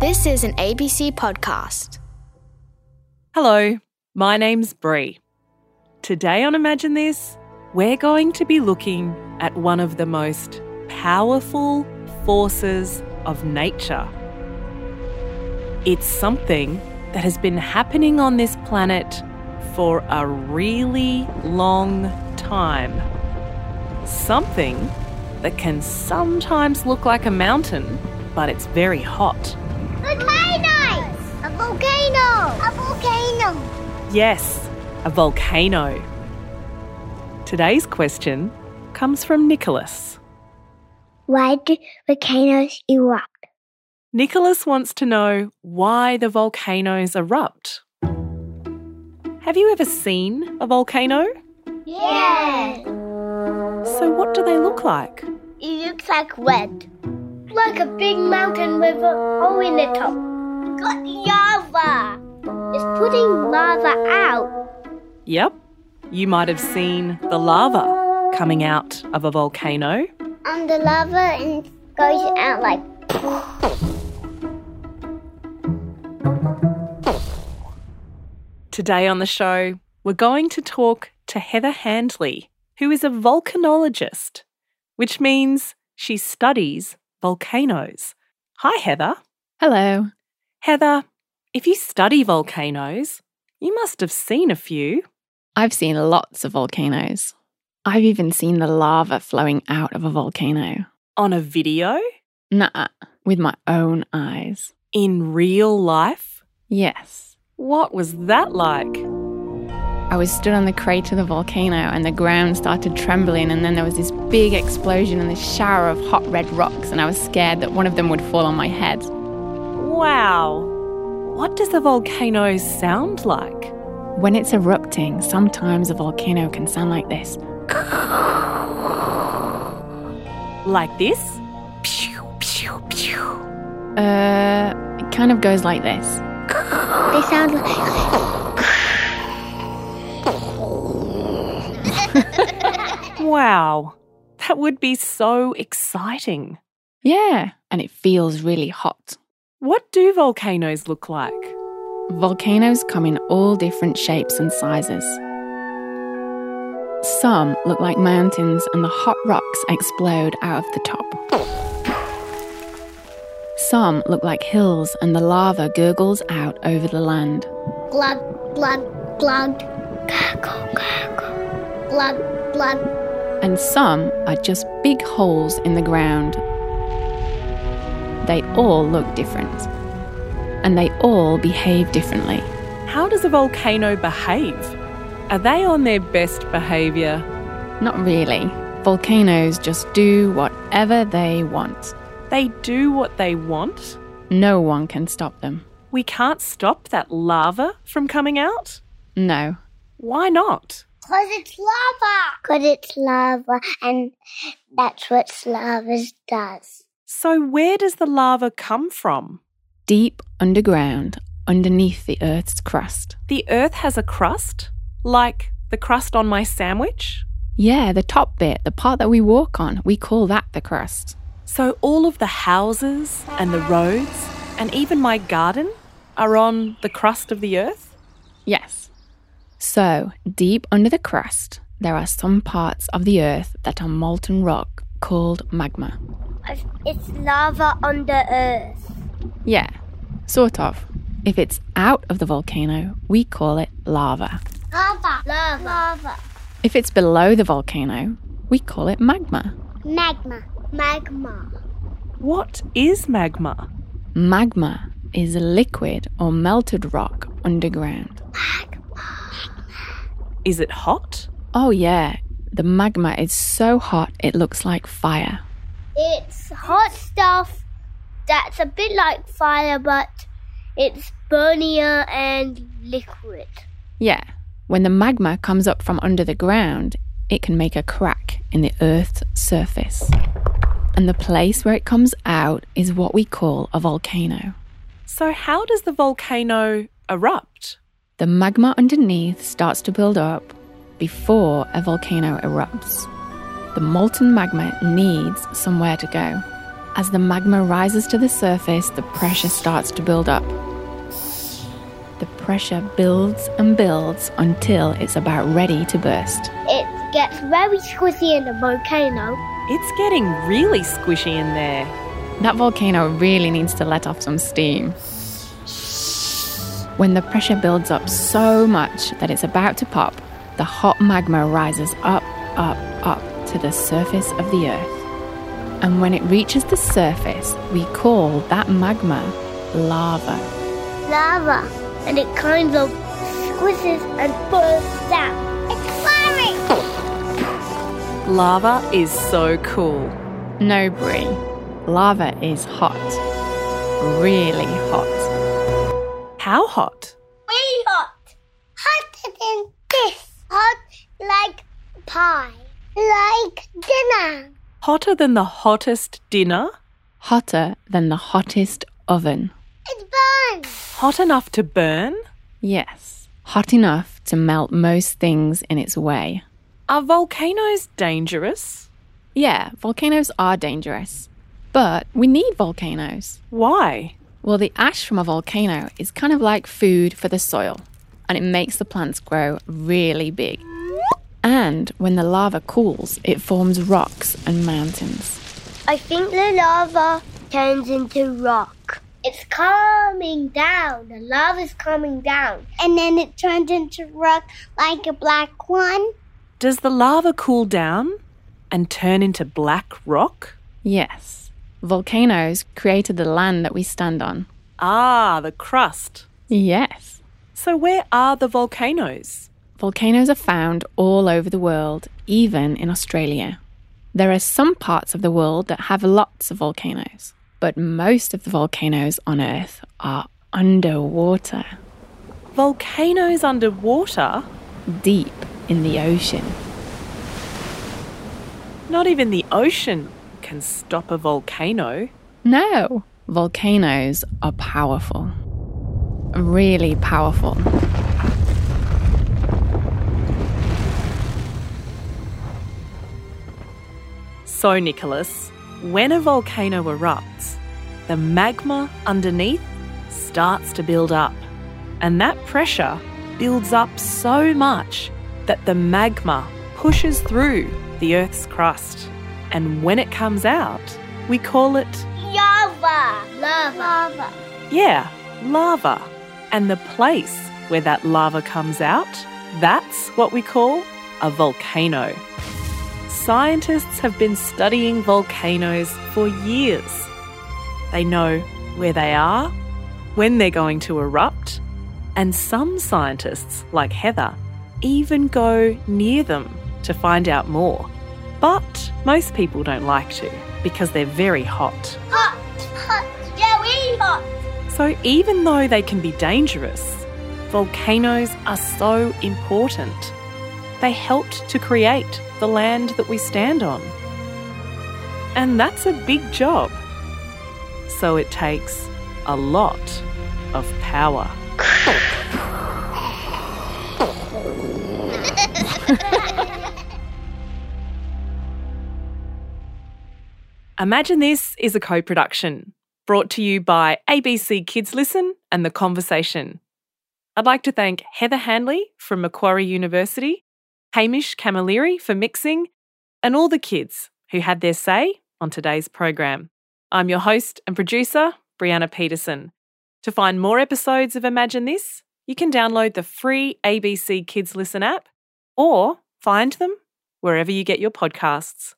This is an ABC podcast. Hello, my name's Bree. Today on Imagine This, we're going to be looking at one of the most powerful forces of nature. It's something that has been happening on this planet for a really long time. Something that can sometimes look like a mountain, but it's very hot. Volcanoes! A volcano! A volcano! Yes, a volcano. Today's question comes from Nicholas. Why do volcanoes erupt? Nicholas wants to know why the volcanoes erupt. Have you ever seen a volcano? Yeah! So, what do they look like? It looks like red. Like a big mountain with a hole in the top. Got lava! It's putting lava out. Yep, you might have seen the lava coming out of a volcano. And the lava and goes out like. Today on the show, we're going to talk to Heather Handley, who is a volcanologist, which means she studies volcanoes. Hi, Heather. Hello. Heather, if you study volcanoes, you must have seen a few. I've seen lots of volcanoes. I've even seen the lava flowing out of a volcano. On a video? Nah, with my own eyes. In real life? Yes. What was that like? I was stood on the crater of the volcano and the ground started trembling, and then there was this big explosion and this shower of hot red rocks, and I was scared that one of them would fall on my head. Wow. What does a volcano sound like? When it's erupting, sometimes a volcano can sound like this. Like this? Pew, pew, pew. Uh, it kind of goes like this. They sound like. Wow. That would be so exciting. Yeah, and it feels really hot. What do volcanoes look like? Volcanoes come in all different shapes and sizes. Some look like mountains and the hot rocks explode out of the top. Some look like hills and the lava gurgles out over the land. Glug, glug, glug. Cackle, cackle. Glug, glug. And some are just big holes in the ground. They all look different. And they all behave differently. How does a volcano behave? Are they on their best behaviour? Not really. Volcanoes just do whatever they want. They do what they want? No one can stop them. We can't stop that lava from coming out? No. Why not? Cause it's lava! Cause it's lava, and that's what lava does. So, where does the lava come from? Deep underground, underneath the Earth's crust. The Earth has a crust, like the crust on my sandwich. Yeah, the top bit, the part that we walk on, we call that the crust. So, all of the houses and the roads, and even my garden, are on the crust of the Earth? Yes. So, deep under the crust, there are some parts of the Earth that are molten rock called magma. It's lava on the earth. Yeah, sort of. If it's out of the volcano, we call it lava. Lava. Lava. Lava. If it's below the volcano, we call it magma. Magma. Magma. What is magma? Magma is a liquid or melted rock underground. Is it hot? Oh, yeah, the magma is so hot it looks like fire. It's hot stuff that's a bit like fire, but it's burnier and liquid. Yeah, when the magma comes up from under the ground, it can make a crack in the Earth's surface. And the place where it comes out is what we call a volcano. So, how does the volcano erupt? The magma underneath starts to build up before a volcano erupts. The molten magma needs somewhere to go. As the magma rises to the surface, the pressure starts to build up. The pressure builds and builds until it's about ready to burst. It gets very squishy in the volcano. It's getting really squishy in there. That volcano really needs to let off some steam. When the pressure builds up so much that it's about to pop, the hot magma rises up, up, up to the surface of the Earth. And when it reaches the surface, we call that magma lava. Lava. And it kind of squishes and bursts out. It's fiery! Lava is so cool. No, Brie, lava is hot. Really hot. How hot? Really hot. Hotter than this. Hot like pie. Like dinner. Hotter than the hottest dinner? Hotter than the hottest oven. It burns. Hot enough to burn? Yes, hot enough to melt most things in its way. Are volcanoes dangerous? Yeah, volcanoes are dangerous, but we need volcanoes. Why? Well, the ash from a volcano is kind of like food for the soil, and it makes the plants grow really big. And when the lava cools, it forms rocks and mountains. I think the lava turns into rock. It's calming down. The lava's calming down. And then it turns into rock like a black one. Does the lava cool down and turn into black rock? Yes, volcanoes created the land that we stand on. Ah, the crust. Yes. So, where are the volcanoes? Volcanoes are found all over the world, even in Australia. There are some parts of the world that have lots of volcanoes, but most of the volcanoes on Earth are underwater, Volcanoes underwater? deep in the ocean. Not even the ocean can stop a volcano. No, volcanoes are powerful. Really powerful. So, Nicholas, when a volcano erupts, the magma underneath starts to build up. And that pressure builds up so much that the magma pushes through the Earth's crust. And when it comes out, we call it, Lava. Lava. Lava. yeah, lava. And the place where that lava comes out, that's what we call a volcano. Scientists have been studying volcanoes for years. They know where they are, when they're going to erupt, and some scientists, like Heather, even go near them to find out more. But most people don't like to because they're very hot. Hot. Hot. Yeah, really hot. So, even though they can be dangerous, volcanoes are so important. They helped to create the land that we stand on. And that's a big job. So, it takes a lot of power. Imagine This is a co production brought to you by ABC Kids Listen and The Conversation. I'd like to thank Heather Hanley from Macquarie University, Hamish Camilleri for mixing, and all the kids who had their say on today's program. I'm your host and producer, Brianna Peterson. To find more episodes of Imagine This, you can download the free ABC Kids Listen app or find them wherever you get your podcasts.